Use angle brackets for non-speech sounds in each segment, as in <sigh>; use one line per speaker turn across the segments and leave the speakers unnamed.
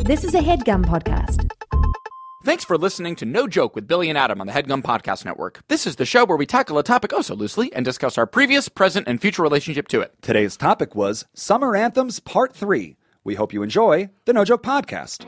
This is a headgum podcast.
Thanks for listening to No Joke with Billy and Adam on the Headgum Podcast Network. This is the show where we tackle a topic oh so loosely and discuss our previous, present, and future relationship to it.
Today's topic was Summer Anthems Part 3. We hope you enjoy the No Joke Podcast.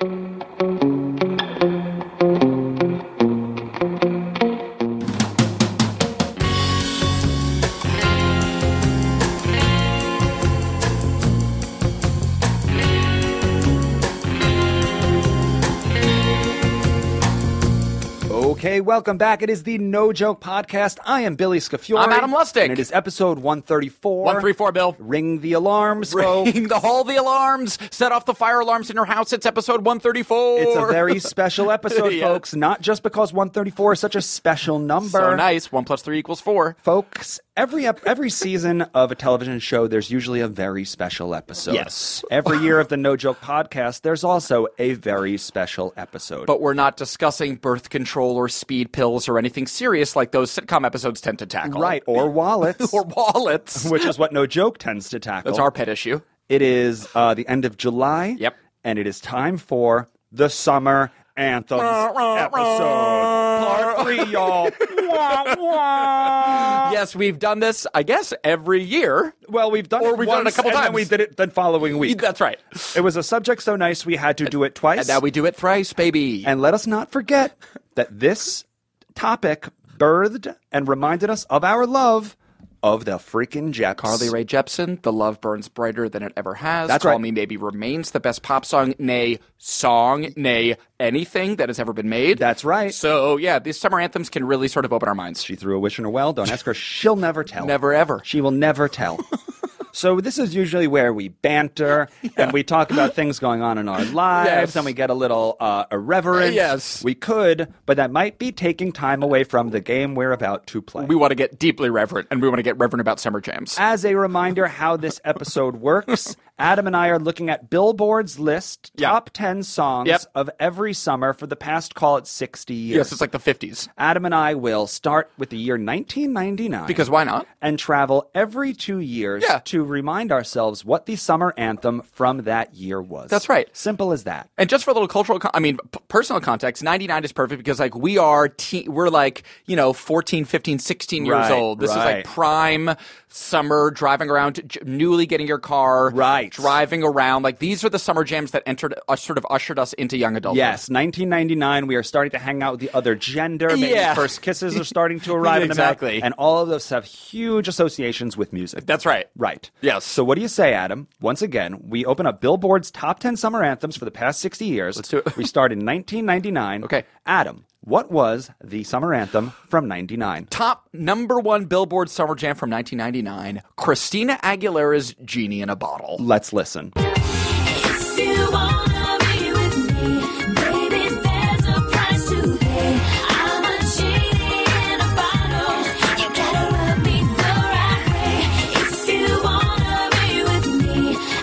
Okay, welcome back. It is the No Joke Podcast. I am Billy Scafiore.
I'm Adam Lustig.
And it is episode 134.
134,
<laughs>
Bill.
Ring the alarms, folks.
Ring the hall the alarms. Set off the fire alarms in your house. It's episode 134.
It's a very special episode,
Yeah.
folks. Not just because 134 is such a special number.
<laughs> so nice. One plus three equals four.
Folks, every ep- every season of a television show, there's usually a very special episode.
Yes.
Every year of the No Joke podcast, there's also a very special episode.
But we're not discussing birth control or speed pills or anything serious like those sitcom episodes tend to tackle.
right, or
<laughs>
wallets,
Or
<laughs>
wallets.
which is what No Joke tends to tackle.
That's our pet issue.
It is uh, the end of July.
Yep.
And it is time for the summer anthems episode. Part three,
<laughs>
y'all. Wah, wah.
Yes, we've done this, I guess, every year.
Well, we've done
Or
it
we've
once,
done it a couple
and Then
times.
we did it the following week.
That's right.
It was a subject so nice we had to do it twice.
And now we do it thrice, baby.
And let us not forget that this topic birthed and reminded us of our love of the freaking Japs.
Carly Rae Jepsen, "The Love Burns Brighter Than It Ever Has."
That's
Call
right.
Me Maybe remains the best pop song, nay song, nay anything that has ever been made.
That's right.
So yeah, these summer anthems can really sort of open our minds.
She threw a wish in her well. Don't ask her. She'll never tell.
Never ever.
She will never tell. so this is usually where
<laughs>
we banter and we talk about things going on in our lives
Yes.
and we get a little uh, irreverent.
Yes.
We could, but that might be taking time away from the game we're about to play.
We want to get deeply reverent, and we want to get reverent about summer jams.
As a reminder, how this episode works Adam and I are looking at Billboard's list
Yeah.
top 10 songs
Yep.
of every summer for the past, call it 60 years.
Yes, it's like the fifties.
Adam and I will start with the year 1999
Because why not?
and travel every two years
Yeah.
to remind ourselves what the summer anthem from that year was.
That's right.
Simple as that.
And just for a little cultural, con- I mean, p- personal context, 99 is perfect because like we are, te- we're like, you know, 14, 15, 16 years
Right,
old. This is like
right.
prime summer driving around, j- newly getting your car.
Right.
Driving around. Like these are the summer jams that entered, uh, sort of ushered us into young adulthood.
Yes, 1999. We are starting to hang out with the other gender. Maybe
Yeah.
first kisses are starting
<laughs>
to arrive. In the
Exactly.
mouth, and all of those have huge associations with music.
That's right.
Right.
Yes.
So what do you say, Adam? Once again, we open up Billboard's top 10 summer anthems for the past 60 years. Let's
do it.
we start in 1999.
Okay.
Adam, what was the summer anthem from 99?
Top number one Billboard summer jam from 1999, Christina Aguilera's Genie in a Bottle.
Let's listen.
If you wanna be with me, baby, there's a price to pay. I'm a genie in a bottle. You gotta love me the right way. If you wanna be with me,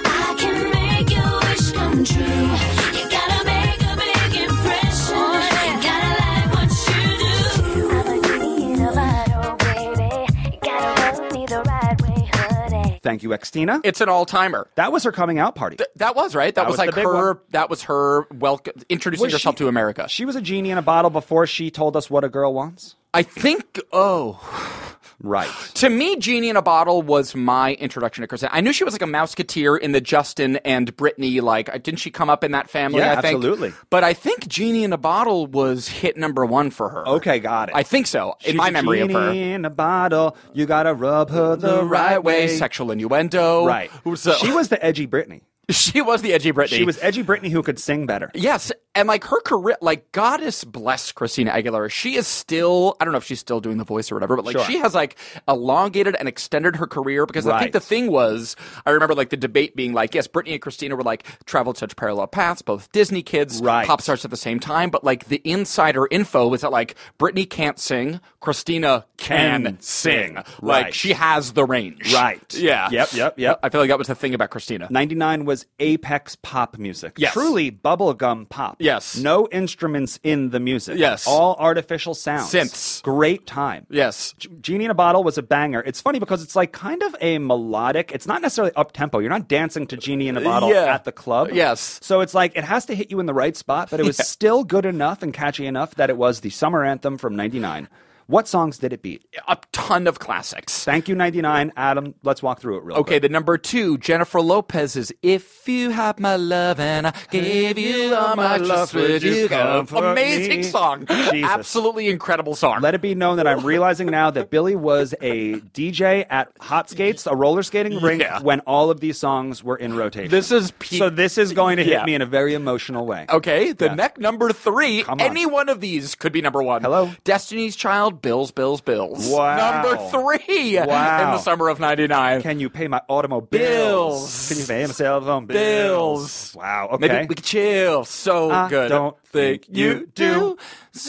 I can make your wish come true. You gotta make a big impression. You gotta like what you do. Oh, I'm a genie in a bottle, baby. You gotta love me the right way, honey.
Thank you, Xtina.
It's an all timer.
that was her coming out party.
That was right. That,
That
was,
was
like
the big
her.
one.
That was her welcome, introducing
Was
herself
she-
to America.
She was a genie in a bottle before she told us what a girl wants.
I think. Oh,
Right.
to me, Genie in a Bottle was my introduction to Kristen. I knew she was like a mouseketeer in the Justin and Brittany. Like, uh, didn't she come up in that family?
Yeah,
I think?
absolutely.
But I think Genie in a Bottle was hit number one for her.
Okay, got it.
I think so.
She's
in my
a
memory of
genie
her,
in a bottle. You gotta rub her the, right way.
sexual innuendo.
Right.
So,
She was the edgy Britney.
<laughs> she was the edgy Brittany.
She was edgy Britney who could sing better.
Yes, and like her career, like goddess bless Christina Aguilera, she is still. I don't know if she's still doing the voice or whatever, but like
Sure.
she has like elongated and extended her career because I think
Right.
the thing was, I remember like the debate being like, yes, Britney and Christina were like traveled such parallel paths, both Disney kids,
Right.
pop stars at the same time, but like the insider info was that like Britney can't sing, Christina can,
Can
sing,
sing.
like
Right.
she has the range,
Right.
Yeah,
Yep, yep, yep.
I feel like that was the thing about Christina.
99 was apex pop music.
Yes.
Truly bubblegum pop.
Yes.
No instruments in the music.
Yes.
All artificial sounds.
Synths.
Great time.
Yes.
G- Genie in a Bottle was a banger. It's funny because it's like kind of a melodic. It's not necessarily up tempo. You're not dancing to Genie in a Bottle
Yeah.
at the club.
Yes.
So it's like it has to hit you in the right spot, but it was still good enough and catchy enough that it was the summer anthem from '99. What songs did it beat?
A ton of classics.
Thank you '99, Adam. Let's walk through it real
Okay,
quick.
the number two, Jennifer Lopez is "If You Had My Love and I Gave You All My Love, Would You Come?"
for
Amazing
me?
song,
Jesus.
absolutely incredible song.
Let it be known that I'm realizing now that Billy was a DJ at Hot Skates, a roller skating rink,
Yeah.
when all of these songs were in rotation.
This is peak-
so. This is going to hit
Yeah.
me in a very emotional way.
Okay, the
Yeah.
neck number three.
Come on.
Any one of these could be number one.
Hello?
Destiny's Child, Bills, Bills, Bills.
Wow.
Number three in
Wow.
the summer of '99.
Can you pay my automobiles?
Bills.
Can you pay my cell phone bills?
Bills.
Wow. Okay.
Maybe we could chill. So
I
good.
don't think you do.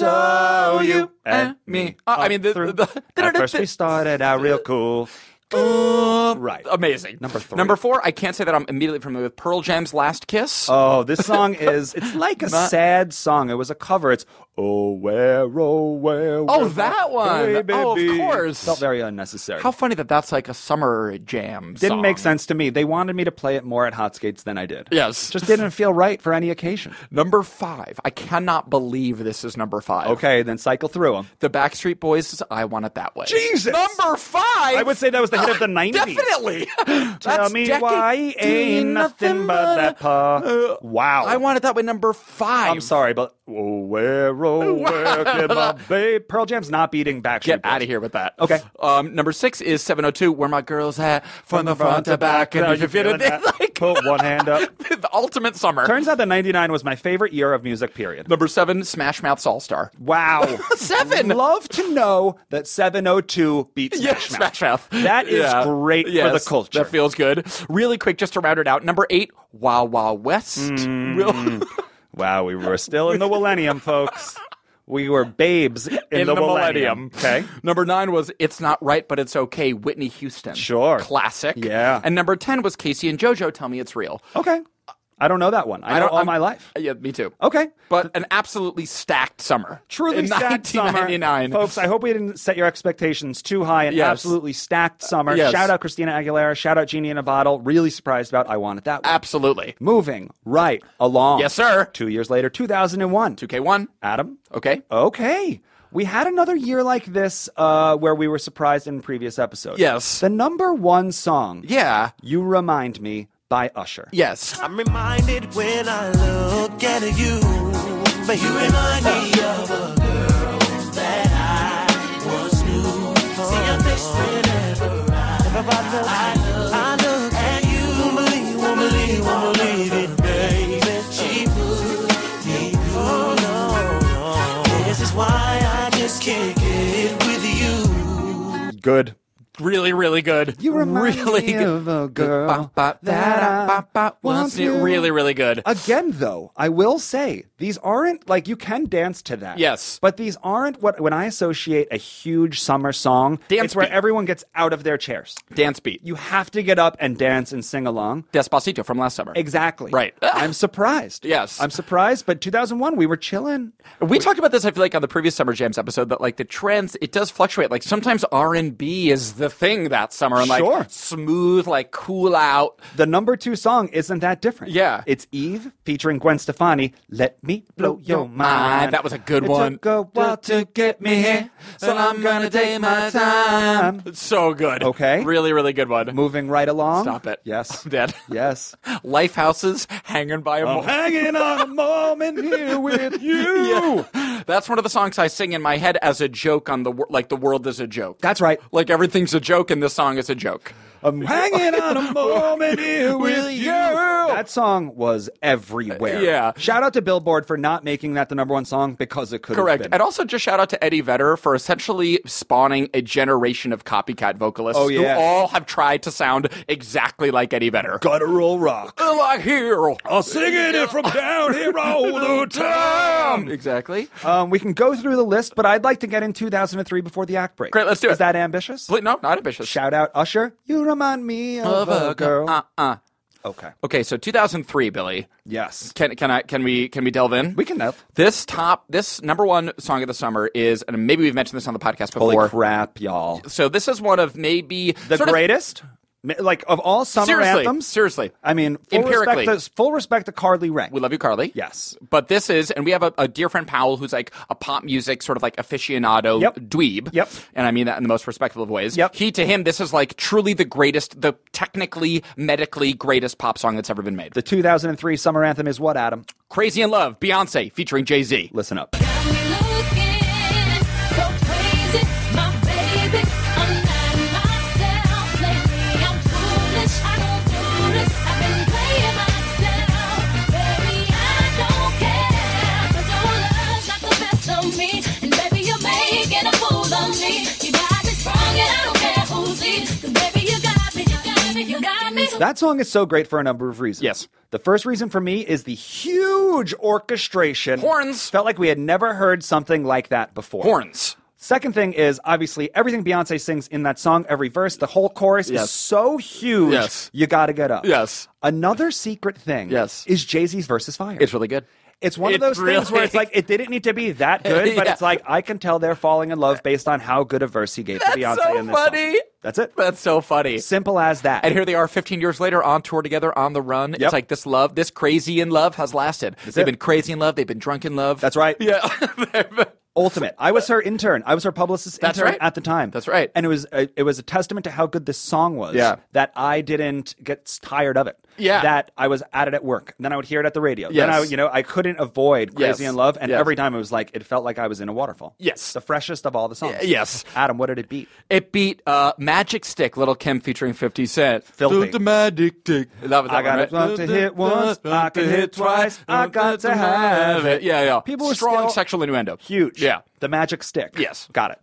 So you and me. Uh, I
up
mean, the,
through-
the, <laughs>
At first we started out real cool.
Uh,
Right.
Amazing.
Number three.
Number four. I can't say that I'm immediately familiar with Pearl Jam's "Last Kiss."
Oh, this song is it's like a
Not-
sad song. It was a cover. It's oh where oh where
Oh,
where
that one.
Hey,
Oh, of
baby."
course.
Felt very unnecessary.
How funny that that's like a summer jam.
didn't
song.
make sense to me. They wanted me to play it more at hot skates than I did.
Yes.
Just didn't feel right for any occasion.
Number five. I cannot believe this is number five.
Okay, then cycle through them.
The Backstreet Boys' "I Want It That Way."
Jesus!
Number five.
I would say that was the hit of the 90s.
<laughs>
<laughs>
Definitely.
Tell
That's
me
decade-
why ain't nothing but that paw.
Uh,
wow.
I want it that way. Number five.
I'm sorry, but oh, where,
<laughs>
oh, where can my babe? Pearl Jam's not beating Backstreet
Get
Boys.
out of here with that.
Okay.
Um, number six is 702, Where My Girl's At, From the Front to Back. And
Now
if you
you
feel
feeling
it, <laughs>
that?
like,
Put one hand up.
<laughs> the ultimate summer.
Turns out that 99 was my favorite year of music, period.
Number seven, Smash Mouth's All Star.
Wow.
<laughs> Seven.
Love to know that 702 beats
Yeah,
Smash Mouth.
Smash Mouth.
That is
Yeah.
great for the
Yes,
culture.
That feels good. Really quick, just to round it out. Number eight, Wild Wild West. <laughs>
Mm.
Real-
wow, we were still in the millennium, folks. We
<laughs>
were babes in,
in the, millennium.
Okay.
Number nine was "It's Not Right, But It's Okay." Whitney Houston.
Sure.
Classic.
Yeah.
And number ten was Casey and JoJo. Tell me it's real.
Okay. I don't know that one. I, know
don't-
all
I'm-
my life.
Yeah, me too.
Okay.
But an absolutely stacked summer.
truly
in
stacked summer.
1999.
Folks, I hope we didn't set your expectations too high. An
Yes. Uh,
absolutely stacked summer.
Yes.
Shout out Christina Aguilera. Shout out Genie in a Bottle. Really surprised about I Want It That Way.
Absolutely.
Moving right along.
Yes, sir.
Two years later, 2001.
2K1.
Adam?
Okay.
Oh. Okay. We had another year like this uh, where we were surprised in previous episodes.
Yes.
The number one song,
Yeah.
You Remind Me by Usher.
Yes.
I'm reminded when I look at you. But you remind me of a girl that I once knew. See your face whenever I, I look, I look at you. Won't believe, won't believe, won't believe it, baby. She put me through. no, no. This is why I just can't get with you.
Good.
Really, really good.
You remind
really
me
good.
of a girl
Bop, bop,
that
da,
I
bop, bop,
want
once knew.
to-
Really, really good.
Again, though, I will say these aren't like you can dance to that.
Yes.
but these aren't what when I associate a huge summer song.
Dance
it's where
beat.
everyone gets out of their chairs.
Dance beat.
You have to get up and dance and sing along.
Despacito from last summer.
Exactly.
Right. <laughs>
I'm surprised.
Yes.
I'm surprised. But 2001, we were chilling.
We talked about this, I feel like, on the previous Summer Jams episode that like the trends, it does fluctuate. Like sometimes R and B is the thing that summer, and like
Sure.
smooth, like cool out.
The number two song isn't that different.
Yeah.
It's Eve featuring Gwen Stefani. Let me blow your mind.
That was a good
it
one.
Took a while to get me here, so I'm gonna take my time.
It's so good.
Okay.
really, really good one.
Moving right along.
Stop it.
<laughs>
<laughs>
Yes.
I'm dead.
Yes. Um,
Life houses hanging by a
I'm
mo-
hanging on a moment here <laughs> with you.
<laughs> Yeah. That's one of the songs I sing in my head as a joke on the wor- like the world is a joke.
That's right.
like everything's a joke, and this song is a joke.
I'm hanging on <laughs> a moment here with
With
you.
you.
That song was everywhere.
Yeah.
Shout out to Billboard for not making that the number one song because it could
Correct.
Been.
And also, just shout out to Eddie Vedder for essentially spawning a generation of copycat vocalists
Oh, yeah.
who all have tried to sound exactly like Eddie Vedder.
Guttural rock.
Feel Like
<laughs>
hero.
I'm singing it from down here <laughs> all the time.
Exactly.
Um, we can go through the list, but I'd like to get in 2003 before the act break.
Great, let's do it.
Is that ambitious?
Please- No, not ambitious.
Shout out Usher. You remind me of, a girl. Uh-uh.
Uh, uh.
Okay.
Okay, so 2003, Billy.
Yes.
Can can I can we can we delve in?
We can know.
This top this number one song of the summer is, and maybe we've mentioned this on the podcast before.
Holy crap, y'all.
So this is one of maybe
The
sort of-
greatest? Ma- like, of all summer
seriously,
anthems?
seriously.
I mean, full
Empirically.
respect to, full respect to Carly Rae.
we love you, Carly.
Yes.
But this is, and we have a, a dear friend Powell who's like a pop music sort of like aficionado
Yep.
dweeb.
Yep.
And I mean that in the most respectful of ways.
Yep.
He to him, this is like truly the greatest, the technically, medically greatest pop song that's ever been made.
The 2003 summer anthem is what, Adam?
Crazy in Love, Beyonce featuring Jay Z.
Listen up.
Got me looking so crazy, my baby. I'm not myself lately. I'm foolish. I don't do this. I've been playing myself, baby. I don't care, but your love's not the best of me. And baby, you're making a fool of me. You got me sprung, and I don't care who sees. 'Cause baby, you got me, you got me, you got me.
That song is so great for a number of reasons.
Yes.
The first reason for me is the huge orchestration.
Horns.
Felt like we had never heard something like that before.
Horns.
Second thing is obviously everything Beyonce sings in that song, every verse, the whole chorus
Yes.
is so huge.
Yes.
You gotta get up.
Yes.
Another secret thing
Yes.
is Jay Z's versus fire.
It's really good.
It's one of
It's
those things where
really-
it's like it didn't need to
<laughs>
be that good, but
Yeah.
it's like I can tell they're falling in love based on how good a verse he gave
That's
to Beyonce
so
in this song.
funny.
That's it.
That's so funny.
Simple as that.
And here they are 15 years later on tour together on the run.
Yep.
It's like this love, this crazy in love has lasted. they've
it.
been crazy in love, they've been drunk in love.
That's right.
Yeah. <laughs>
Ultimate. I was her intern. I was her publicist
That's
intern
right.
at the time.
That's right.
And it was a, it was a testament to how good this song was.
Yeah.
That I didn't get tired of it.
Yeah.
That I was at it at work. Then I would hear it at the radio. Then
Yes.
I you know I couldn't avoid Crazy
Yes.
in Love, and
Yes.
every time it was like it felt like I was in a waterfall.
Yes.
The freshest of all the songs.
Y- yes.
Adam, what did it beat?
It beat uh, Magic Stick, Little Kim featuring 50 Cent.
Filthy.
Do the Magic Stick. That was that
I got it.
one, right?
Want to hit once, I can hit twice, I got to have it.
Yeah, yeah.
People were
Strong
still-
sexual innuendo.
Huge.
Yeah.
The magic stick.
Yes.
Got it. Mm-hmm.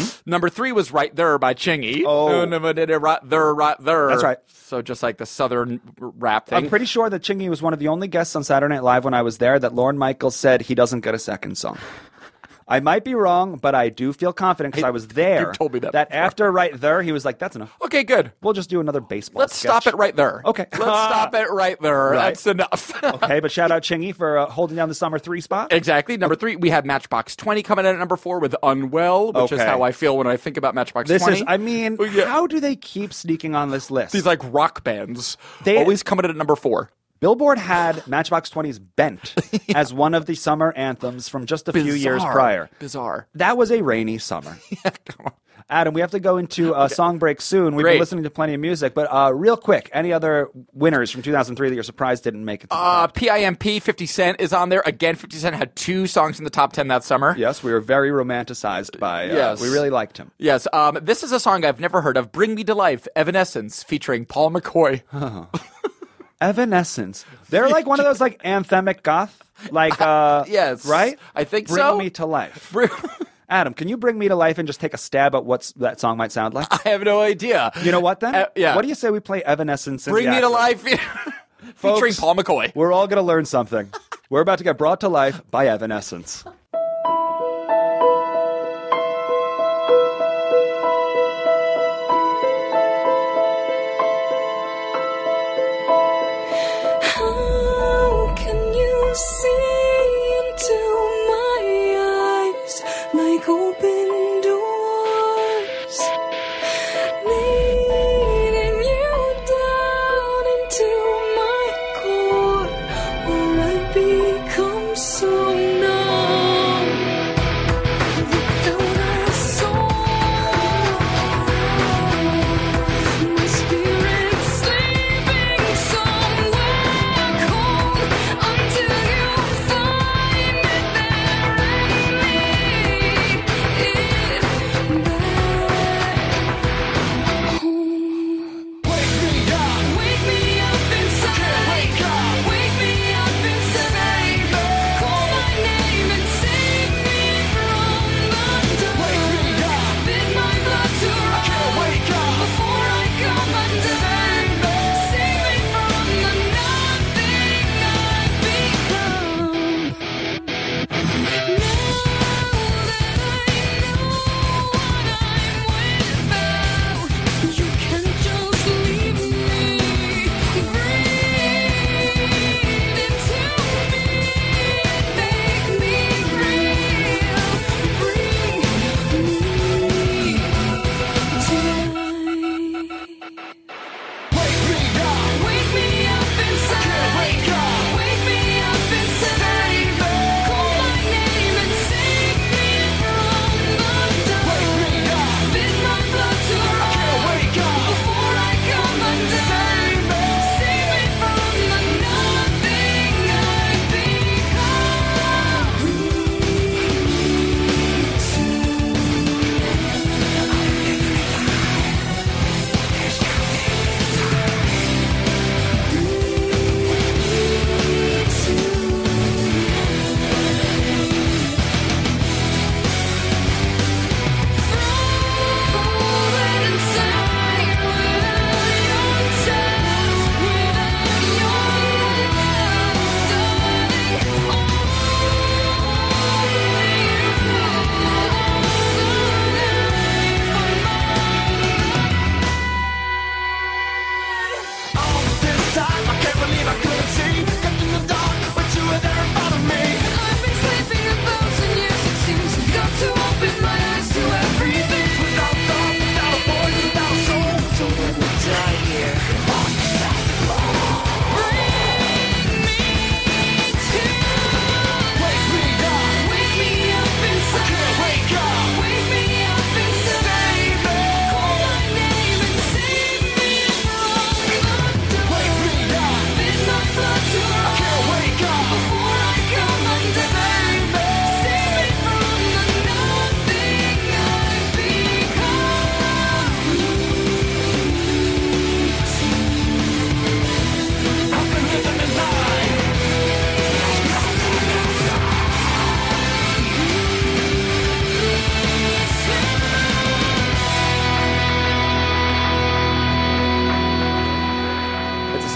Yes. Number three was Right There by Chingy.
Oh.
No, no, no, no, Right There, Right There.
That's right.
So just like the Southern rap thing.
I'm pretty sure that Chingy was one of the only guests on Saturday Night Live when I was there that Lauren Michaels said he doesn't get a second song. I might be wrong, but I do feel confident because I, was there.
you've told me that before.
after right there, he was like, "That's enough.
Okay, good.
We'll just do another baseball."
Let's
sketch."
stop it right there.
Okay.
<laughs> Let's stop it <laughs> right there.
Right.
That's enough.
okay, but shout out Chingy for uh, holding down the summer three spot.
Exactly. Number three, we had Matchbox 20 coming in at number four with Unwell, which is
Okay.
how I feel when I think about Matchbox
this
20.
is, I mean,
Oh, yeah.
how do they keep sneaking on this list?
These like rock bands
They-
always coming in at number four.
Billboard had Matchbox
<laughs>
20's "Bent" as one of the summer anthems from just a few years
Bizarre.
prior.
Bizarre. <laughs>
That was a rainy summer. Adam, we have to go into a song break soon. We've
Great.
been listening to plenty of music, but uh, real quick, any other winners from 2003 that you're surprised didn't make it? To the
Uh,
top?
PIMP 50 Cent is on there. Again, 50 Cent had two songs in the top 10 that summer.
Yes, we were very romanticized by. Uh,
Yes.
we really liked him.
Yes. Um, this is a song I've never heard of Bring Me to Life, Evanescence, featuring Paul McCoy.
Evanescence. They're like one of those like anthemic goth,
<laughs>
like uh,
yes.
right.
I think
bring
so.
me to life.
<laughs> Bring-
Adam, can you bring me to life and just take a stab at what that song might sound like?
I have no idea.
You know what
<laughs>
then?
Uh, yeah.
What do you say we play Evanescence? in
Bring
the
Me to
outro?
Life <laughs> featuring
Folks,
Paul McCoy.
We're all gonna learn something. we're about to get brought to life by Evanescence.
How can you see into my eyes like open doors? Leading you down into my core, or I become so numb.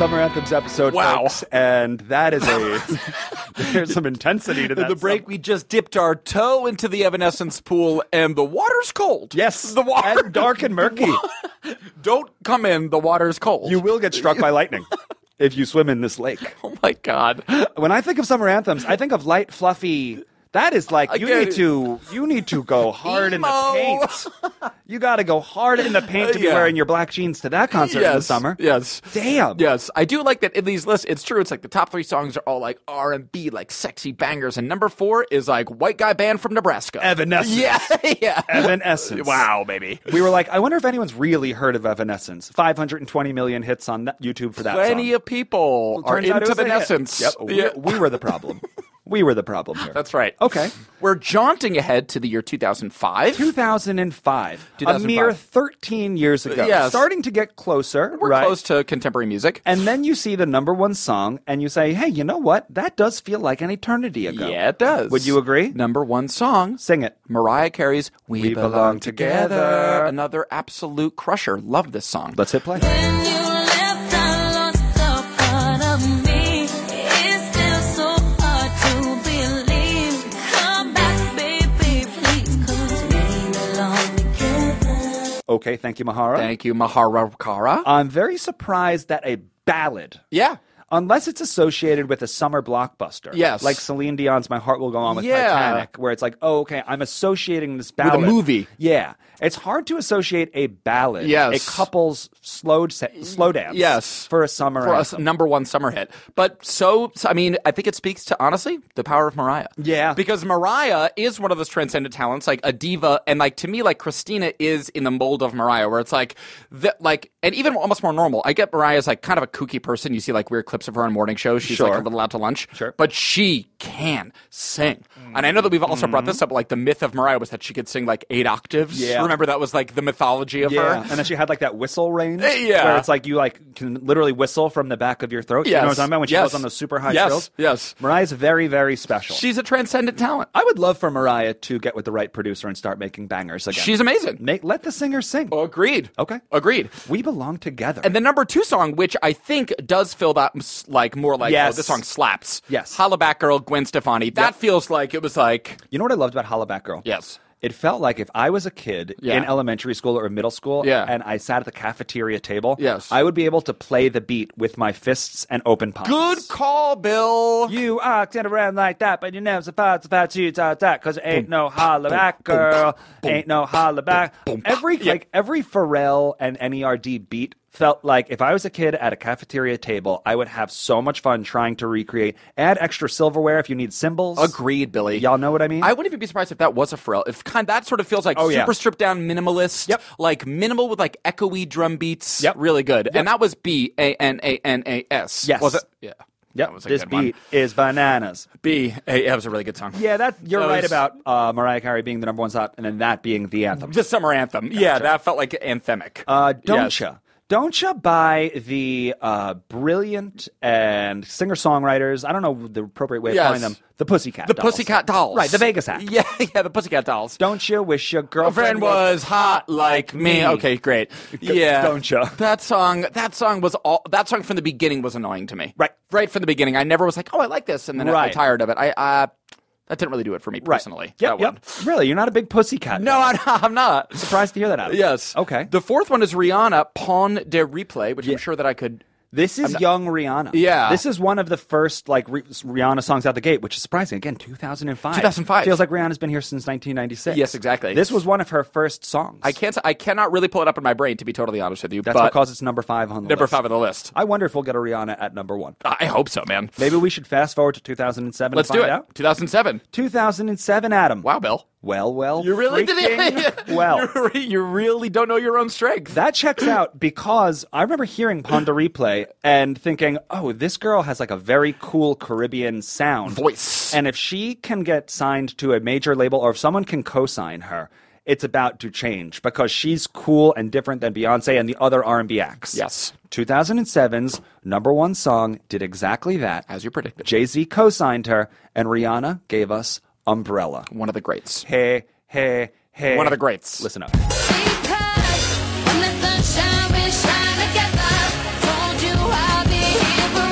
Anthems episode.
Wow.
folks, and that is
<laughs>
a there's some intensity to that.
In the break,
song.
we just dipped our toe into the Evanescence pool, and the water's cold.
yes,
the water.
and dark
<laughs>
and murky.
Don't come in. The water's cold.
you will get struck
<laughs>
by lightning if you swim in this lake.
Oh <laughs> my god.
When I think of summer anthems, I think of light, fluffy. That is like you
Again-
need to you need to go hard in the
Emo.
paint. You got to go hard in the paint to be
Yeah.
wearing your black jeans to that concert in the
Yes,
summer.
Yes.
Damn.
Yes, I do like that in these lists. It's true. It's like the top three songs are all like R and B, like sexy bangers, and number four is like white guy band from Nebraska,
Evanescence.
Yeah, <laughs> yeah.
Evanescence.
Wow, baby.
We were like, I wonder if anyone's really heard of Evanescence. 520 million hits on that- YouTube for that
Plenty
song.
of people are
Turns out
into
it was a hit.
Evanescence.
Yep, we,
Yeah.
we were the problem. we were the problem here.
That's right.
Okay.
We're jaunting ahead to the year 2005.
2005, a
2005.
mere 13 years ago.
Yes.
Starting to get closer,
We're
right?
close to contemporary music.
and then you see the number one song and you say, hey, you know what? That does feel like an eternity ago.
yeah, it does.
Would you agree?
Number one song.
Sing it.
Mariah Carey's We,
We Belong Together.
Another absolute crusher. Love this song.
Let's hit play.
When you left, I lost a part of me. It's still so hard to believe. Come back, baby, please, 'cause we belong together.
Okay, thank you, Mahara.
Thank you, Mahara Kara.
I'm very surprised that a ballad
yeah.
unless it's associated with a summer blockbuster.
Yes.
like Celine Dion's "My Heart Will Go On" with
Yeah.
Titanic, where it's like, oh, okay, I'm associating this
a
ballad
movie.
Yeah, it's hard to associate a ballad,
Yes.
a couple's slow se- slow dance,
Yes.
for a summer
For us,
anthem.
number one summer hit. But so, so, I mean, I think it speaks to honestly the power of Mariah.
Yeah.
Because Mariah is one of those transcendent talents, like a diva. And like to me, like Christina is in the mold of Mariah, where it's like, the, like, and even almost more normal. I get Mariah's like kind of a kooky person. You see like weird clips of her on morning shows. She's like
Sure.
a little out to lunch.
Sure. Mm.
But she can sing. And I know that we've also brought this up, like the myth of Mariah was that she could sing like eight octaves.
Mm-hmm. Yeah.
Remember that was like the mythology of
Yeah,
her.
and then she had like that whistle range,
Eh, Yeah.
where it's like you like can literally whistle from the back of your throat. You know what I'm
Yes.
talking about when she
Yes.
goes on those super high
Yes.
trills.
Yes.
Mariah's very very special.
She's a transcendent talent.
I would love for Mariah to get with the right producer and start making bangers again.
She's amazing.
Make, let the singer sing.
Agreed.
Okay.
Agreed.
We belong together.
And the number two song, which I think does feel that s- like more like
Yes.
oh, this song slaps.
Yes.
Holla Back Girl, Gwen Stefani. That feels like it was like
You know what I loved about Hollaback Girl?
Yes.
It felt like if I was a kid
Yeah.
in elementary school or middle school
Yeah.
and I sat at the cafeteria table,
Yes.
I would be able to play the beat with my fists and open palms.
good call, Bill.
You act and around like that, but you never supposed about you talk that because ain't no hollaback girl, ain't no hollaback. Every like every Pharrell and NERD beat felt like if I was a kid at a cafeteria table, I would have so much fun trying to recreate. Add extra silverware if you need cymbals.
Agreed, Billy.
Y'all know what I mean?
I wouldn't even be surprised if that was a Pharrell. If kind that sort of feels like
Oh,
super
yeah.
stripped down minimalist,
Yep.
like minimal with like echoey drum beats.
Yep.
Really good. And that was B A N A N A S.
Yes.
Was it? Yeah.
Yep,
That was a
this
good one.
beat is bananas.
B A. That was a really good song.
Yeah, that you're
That
right
was-
about uh, Mariah Carey being the number one spot, and then that being the anthem.
The summer anthem. Yeah, that felt like anthemic.
Uh, don't
Yes.
ya? Don't ya by the uh, brilliant and singer songwriters? I don't know the appropriate way of
Yes.
calling them. The Pussycat.
The
dolls.
Pussycat Dolls.
Right, the Vegas act.
Yeah, <laughs> yeah, the Pussycat Dolls.
Don't you wish your
Your
girlfriend
friend was hot like me.
me.
Okay, great. <laughs> Yeah,
don't ya?
That song, that song was all. That song from the beginning was annoying to me.
Right.
right from the beginning. I never was like, oh, I like this, and then I, I
Right.
tired of it. I uh, that didn't really do it for me
right.
personally.
Yep,
that one.
yep. Really, you're not a big Pussycat.
No, <laughs> I'm not. I'm not.
surprised to hear that. Adam.
Yes.
Okay.
The fourth one is Rihanna "Pawn de Replay," which I'm sure that I could.
This is young Rihanna.
Yeah.
This is one of the first like Ri- Rihanna songs out the gate, which is surprising. Again, 2005.
2005.
Feels like Rihanna's been here since 1996.
Yes, exactly.
This was one of her first songs.
I can't. I cannot really pull it up in my brain to be totally honest with you.
That's
but
what causes it's number five on the
number
list.
five on the list.
I wonder if we'll get a Rihanna at number one.
I hope so, man.
Maybe we should fast forward to 2007
Let's
and
do
find
it.
out.
2007.
2007, Adam.
Wow, Bill.
Well, well.
You really did
freaking
it.
well.
<laughs> You re- you really don't know your own strength.
That checks out because I remember hearing Ponda Replay and thinking, oh, this girl has like a very cool Caribbean sound.
Voice.
And if she can get signed to a major label or if someone can co sign her, it's about to change because she's cool and different than Beyonce and the other R&B acts.
Yes.
2007's number one song did exactly that.
As you predicted.
Jay Z co signed her, and Rihanna gave us Umbrella.
One of the greats.
Hey, hey, hey.
One of the greats.
Listen up.
Because when the sunshine will shine together, told you I'll be here.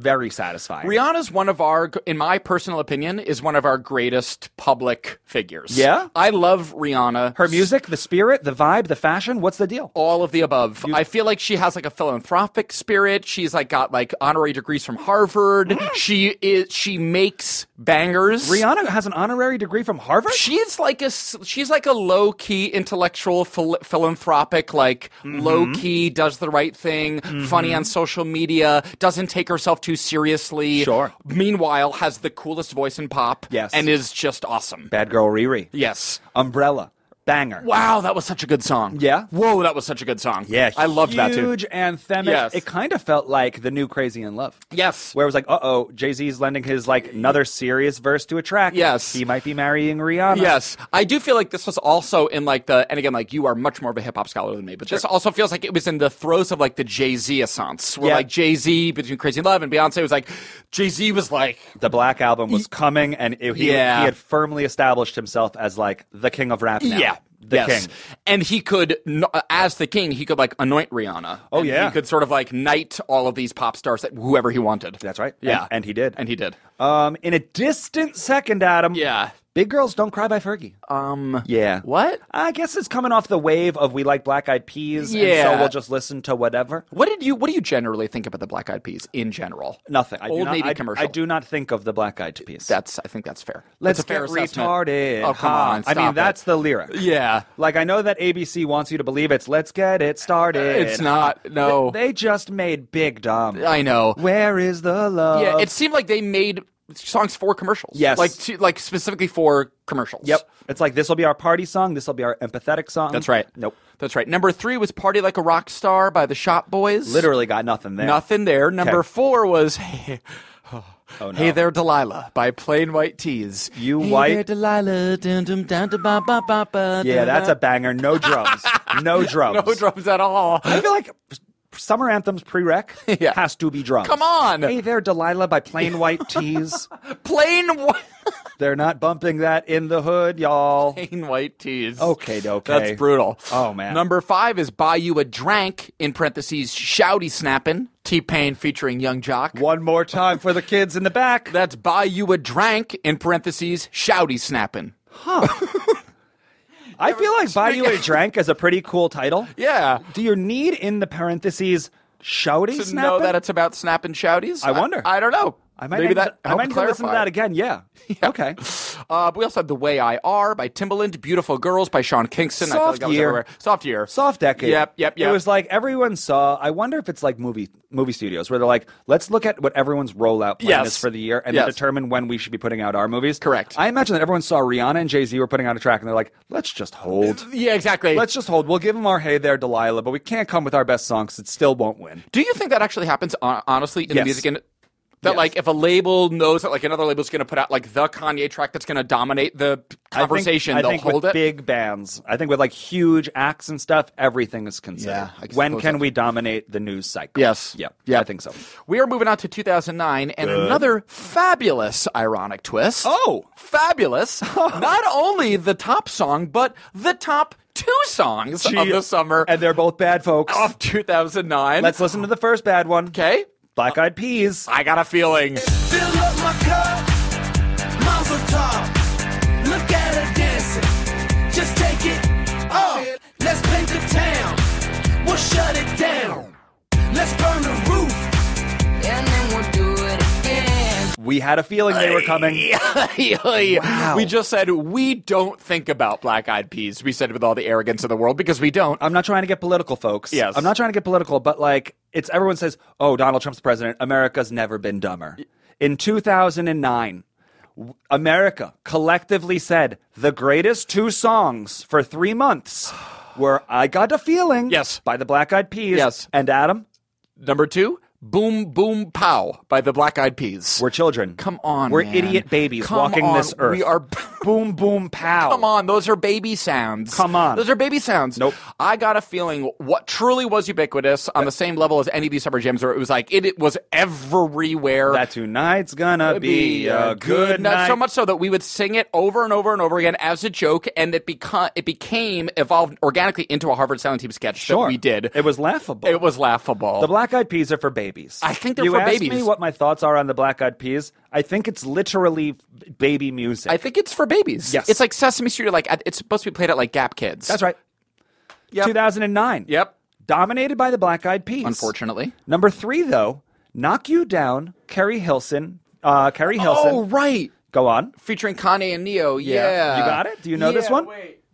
very satisfying.
Rihanna's one of our, in my personal opinion, is one of our greatest public figures.
Yeah?
I love Rihanna.
Her music, the spirit, the vibe, the fashion. What's the deal?
all of the above. I feel like she has like a philanthropic spirit. She's like got like honorary degrees from <gasps> Harvard. She is she makes bangers.
Rihanna has an honorary degree from Harvard.
She's like a s- she's like a low key intellectual phil- philanthropic like
Mm-hmm.
low key does the right thing funny on social media doesn't take herself too seriously
Sure.
meanwhile has the coolest voice in pop
Yes.
and is just awesome
Bad Girl Riri.
yes
Umbrella. Banger.
wow that was such a good song
Yeah.
whoa that was such a good song
Yeah,
I loved that too
Huge anthemic.
Yes.
It kind of felt like the new Crazy in Love.
Yes.
Where it was like, uh oh, Jay Z's lending his like another serious verse to a track.
Yes.
He might be marrying Rihanna.
Yes, I do feel like this was also in like the and again like you are much more of a hip hop scholar than me, but this also feels like it was in the throes of like the Jay Z essence, where
Yeah.
like Jay Z between Crazy Love and Beyonce was like Jay Z was like
The Black Album was coming and it, he,
Yeah.
he had firmly established himself as like the king of rap now.
yeah.
The
yes.
king.
and he could, n- uh, as the king, he could like anoint Rihanna.
Oh,
And
yeah.
he could sort of like knight all of these pop stars, that, whoever he wanted.
That's right.
Yeah,
And, and he did.
and he did.
Um, in a distant second, Adam.
Yeah.
Big Girls Don't Cry by Fergie.
Um,
yeah.
what?
I guess it's coming off the wave of we like Black Eyed Peas, and so
Yeah.
we'll just listen to whatever.
What did you? What do you generally think about the Black Eyed Peas in general?
Nothing. I do
Old
not,
Navy
I,
commercial.
I do not think of the Black Eyed Peas.
That's. I think that's fair.
Let's
that's a fair
get
assessment.
retarded.
Oh come
Ha.
on!
I mean,
stop it.
that's the lyric.
Yeah.
Like I know that ABC wants you to believe it's "Let's get it started."
Uh, It's not. No.
They just made Big Dumb.
I know.
Where is the love?
yeah, it seemed like they made songs for commercials.
Yes.
Like to, like specifically for commercials.
Yep. It's like this will be our party song. This will be our empathetic song.
That's right.
Nope.
That's right. Number 3 was Party Like a Rock Star by the Shop Boys.
Literally got nothing there.
Nothing there. Number
Okay.
4 was <laughs> Hey,
Oh, no.
Hey There Delilah by Plain White Tees.
You
hey
white-
There Delilah. Dum, dum, dum, dum, ba, ba, ba, ba, <laughs>
Yeah,
dum,
that's a
dum.
banger. No drums. No drums.
<laughs> No drums at all.
I feel like summer anthems prereq
<laughs> Yeah.
has to be drums.
Come on.
Hey there, Delilah by
<laughs>
Plain White Tees.
Plain White
They're not bumping that in the hood,
<laughs>
y'all.
plain white tees.
Okay, okay.
That's brutal.
Oh, man.
Number five is Buy You a Drank, in parentheses, Shouty Snappin', T Pain featuring Young Jock.
One more time for the kids in the back.
That's Buy You a Drank, in parentheses, Shouty Snappin'.
I feel like
<laughs>
Buy You a Drank is a pretty cool title.
Yeah.
Do you need in the parentheses shouting
To
snapping?
know that it's about snapping shouties?
I wonder.
I, I don't know.
I might
Maybe
need to-
that
I
helped
might need to listen to
clarify.
that
<laughs>
again. Yeah. Okay.
Uh, but we also have The Way I Are by Timbaland, Beautiful Girls by Sean Kingston. I feel like
Soft
that was
year.
everywhere. Soft year.
Soft decade.
Yep, yep, yep.
It was like everyone saw. I wonder if it's like movie movie studios where they're like, let's look at what everyone's rollout plan
Yes.
is for the year and
Yes.
determine when we should be putting out our movies.
Correct.
I imagine that everyone saw Rihanna and Jay Z were putting out a track and they're like, let's just hold.
Yeah, exactly.
Let's just hold. We'll give them our hey there, Delilah, but we can't come with our best song because it still won't win.
Do you think that actually happens hon- honestly in the
Yes.
music industry? That
Yes.
like if a label knows that like another label's going to put out like the Kanye track that's going to dominate the conversation,
I think, I
they'll
think
hold
with
it.
Big bands. I think with like huge acts and stuff, everything is considered.
Yeah, I
when
suppose
can
so.
we dominate the news cycle?
Yes.
Yeah.
Yeah.
I think so.
we are moving on to 2009 and another fabulous ironic twist.
Oh. <laughs>
fabulous! Not only the top song, but the top two songs of the summer
and they're both bad folks.
of 2009.
Let's listen to the first bad one.
okay.
Black Eyed Peas.
I got a feeling.
Fill up my cup, Mazel Tov. Look at her dancing, just take it off. Let's paint the town, we'll shut it down. Let's burn the roof, and then we'll do it again.
We had a feeling they
<laughs>
were coming. Wow.
We just said we don't think about black eyed peas. We said it with all the arrogance in the world because we don't. Uh,
I'm not trying to get political, folks.
Yes.
I'm not trying to get political, but like it's everyone says, "Oh, Donald Trump's the president. America's never been dumber." In 2009, w- America collectively said the greatest two songs for 3 months were I Got a Feeling
Yes.
by the Black Eyed Peas
Yes.
and Adam,
Number two, Boom Boom Pow by the Black Eyed Peas.
we're children.
Come on,
We're
man.
idiot babies
Come
walking
on.
this earth.
We are.
<laughs>
<laughs>
boom boom pow.
Come on, those are baby sounds.
Come on.
those are baby sounds.
Nope. Uh,
I got a feeling what truly was ubiquitous on the same level as any of these summer jams, where it was like it, it was everywhere.
That tonight's gonna be a good night.
So much so that we would sing it over and over and over again as a joke, and it become it became evolved organically into a Harvard Sound Team sketch
Sure.
that we did.
It was laughable.
It was laughable.
The Black Eyed Peas are for babies. babies.
I think they're
you
for
asked
babies.
me what my thoughts are on the Black Eyed Peas. I think it's literally f- baby music.
I think it's for babies.
Yes.
It's like Sesame Street. Like at- it's supposed to be played at like Gap Kids.
That's right.
Yep.
2009.
Yep.
Dominated by the Black Eyed Peas.
Unfortunately.
Number three, though, Knock You Down, Carrie Hilson. Uh, Carrie Hilson.
Oh right.
Go on.
Featuring Kanye and Neo. Yeah.
You got it? Do you know this
Yeah,
one?
wait.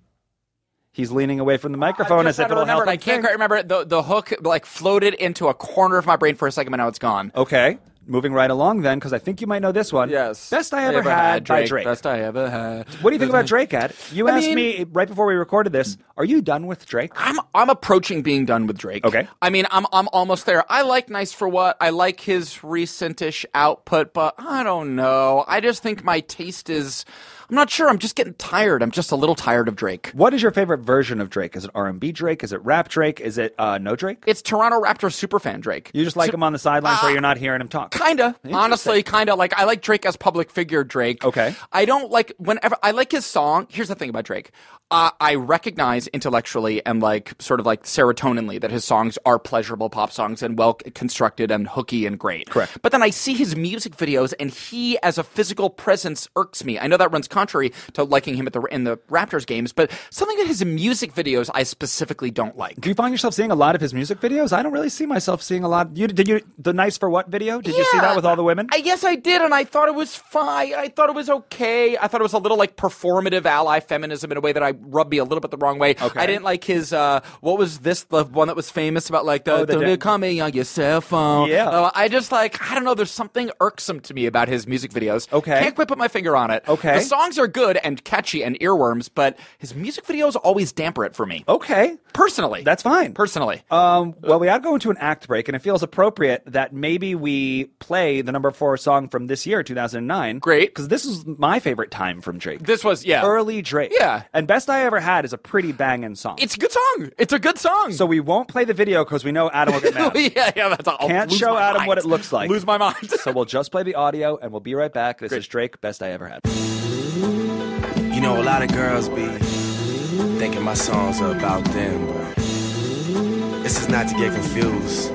He's leaning away from the
I'm
microphone
just
as
trying
if
to
it'll
remember
help.
it. I
him
can't
think.
quite remember it. The, the hook like floated into a corner of my brain for a second, but now it's gone.
Okay. Moving right along then, because I think you might know this one. Best I Ever, had, by Drake.
Best I ever had.
What do you think about Drake, Ed? You
I
asked
mean-
me right before we recorded this, are you done with Drake?
I'm I'm approaching being done with Drake.
Okay.
I mean, I'm I'm almost there. I like Nice for What. I like his recentish output, but I don't know. I just think my taste is I'm not sure. I'm just getting tired. I'm just a little tired of Drake.
What is your favorite version of Drake? Is it R&B Drake? Is it rap Drake? Is it uh, no Drake?
It's Toronto Raptor superfan Drake.
You just like him on the sidelines
Ah.
where you're not hearing him talk.
Kinda, honestly, kinda. Like I like Drake as public figure. Drake.
Okay.
I don't like whenever I like his song. Here's the thing about Drake. Uh, I recognize intellectually and like sort of like serotoninly that his songs are pleasurable pop songs and well constructed and hooky and great.
Correct.
But then I see his music videos and he as a physical presence irks me. I know that runs contrary to liking him at the in the Raptors games, but something in his music videos I specifically don't like.
Do you find yourself seeing a lot of his music videos? I don't really see myself seeing a lot. You did you the nice for what video? Did you see that
Yeah,
with all the women?
I guess I did, and I thought it was fine. I thought it was okay. I thought it was a little like performative ally feminism in a way that I rubbed me a little bit the wrong way.
Okay.
I didn't like his. Uh, what was this? The one that was famous about like the,
Oh, the
don't
da-
you call me on your cell phone.
Yeah.
Uh, I just like I don't know. There's something irksome to me about his music videos.
Okay.
Can't quite put my finger on it.
Okay.
The songs are good and catchy and earworms, but his music videos always damper it for me.
okay.
Personally,
Oh. That's fine.
Personally.
Um, well, we are going to an act break, and it feels appropriate that maybe we play the number four song from this year, 2009.
Great.
Because this is my favorite time from Drake.
this was yeah.
Early Drake.
Yeah.
And Best I Ever Had is a pretty banging song.
It's a good song. It's a good song.
so we won't play the video because we know Adam
<laughs>
will get <laughs> mad.
yeah, yeah, that's all.
Can't
Lose
show
my
Adam
mind.
what it looks like.
Lose my <laughs> mind.
so we'll just play the audio, and we'll be right back. This is Drake, Best I Ever Had.
You know, a lot of girls be thinking my songs are about them, but this is not to get confused.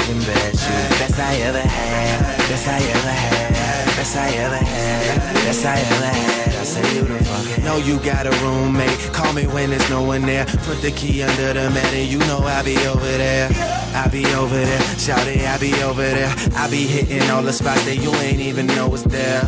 best. You the best I ever had. Best I ever had. Best I ever had. Best I ever had. I say you the fucking.
Know you got a roommate. Call me when there's no one there. Put the key under the mat and you know I be over there. I be over there. Shout it, I be over there. I be hitting all the spots that you ain't even know was there.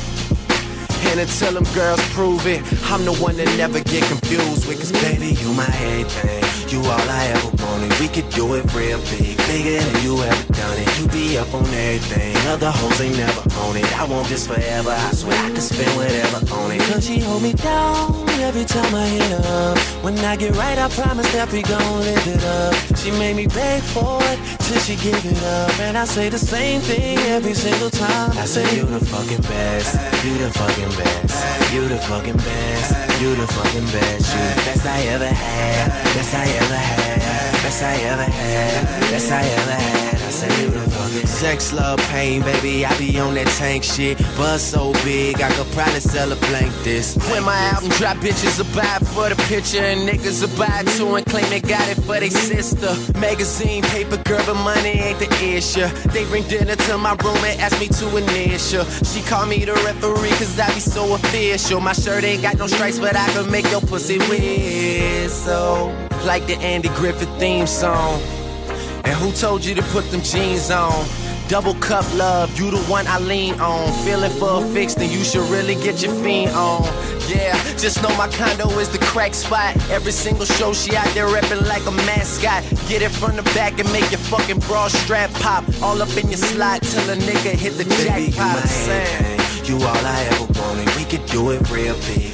And until them girls prove it, I'm the one that never get confused with. Cause baby,
Baby, you my everything. You all I ever wanted. We could do it real big, bigger than you ever done it. You be up on everything. Other hoes ain't never on it. I want this forever. I swear I could spend whatever on it. Cause she hold me down every time I hit her up. When I get right, I promise that we gon' live it up. She made me beg for it till she give it up. And I say the same thing every single time. I say you the fucking best. You the fucking best. You the fucking best. You the fucking best. You the best I ever had. Best I ever had. Best I ever had. Best I ever had. I say you the fucking best.
sex, love, pain, baby. I be on that tank shit. Buzz so big, I could probably sell a blank this. When my album drop, bitches will buy it for the picture, and niggas will buy it too and claim they got it for they sister. Magazine, paper, girl, but money ain't the issue. They bring dinner to my room and ask me to initial. She call me the referee, cause I be so official. My shirt ain't got no stripes, but I can make your pussy whistle. Like the Andy Griffith theme song. And who told you to put them jeans on? Double cup love, you the one I lean on. Feeling for a fix, then you should really get your fiend on. Yeah, just know my condo is the crack spot. Every single show she out there repping like a mascot. Get it from the back and make your fucking bra strap pop. All up in your slot till a nigga hit the
Baby, you my
jackpot. Sam.
everything. You all I ever wanted. We could do it real big,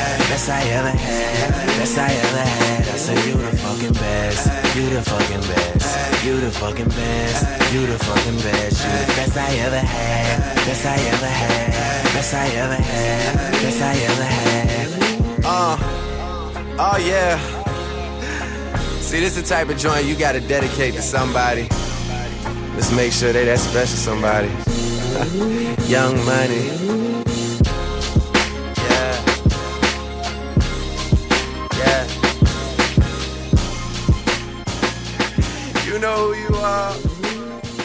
Best I ever had. Best I ever had. I say you the fucking best. You the fucking best. You the fucking best. You the fucking best. You the best I ever had. Best I ever had. Best I ever had. Best I ever had.
Uh, oh yeah. See, this is the type of joint you gotta dedicate to somebody. Let's make sure they that special somebody. <laughs> Young money. Yeah. Yeah. You know who you are.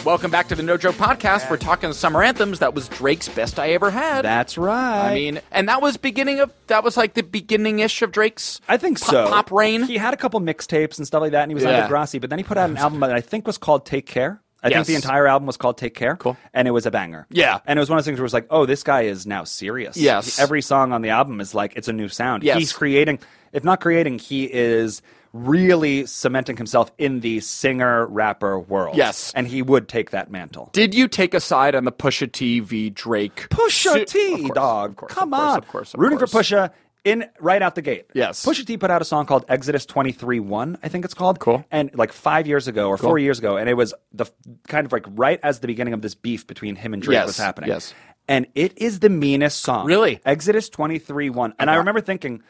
Welcome back to the No Joke Podcast. We're talking summer anthems. That was Drake's best I ever had.
That's right.
I mean, and that was beginning of that was like the beginning ish of Drake's.
I think
pop,
so.
Pop Rain.
He had a couple mixtapes and stuff like that, and he was
Yeah.
on Degrassi. But then he put out an album that I think was called Take Care. I
Yes.
think the entire album was called Take Care.
Cool.
And it was a banger.
Yeah.
And it was one of those things where it was like, oh, this guy is now serious.
Yes.
Every song on the album is like, it's a new sound.
Yes.
He's creating, if not creating, he is really cementing himself in the singer rapper world.
Yes.
And he would take that mantle.
Did you take a side on the Pusha T v Drake?
Pusha
su-
T,
Of course,
dog.
Of course,
Come
of course,
on.
Of course. of
Rooting for
course.
Pusha in right out the gate.
Yes.
Pusha T put out a song called Exodus 23-1, I think it's called.
Cool.
And like 5 years ago or 4 years ago and it was the kind of like right as the beginning of this beef between him and Drake
Yes,
was happening.
yes.
And it is the meanest song.
Really?
Exodus 23-1. And I remember thinking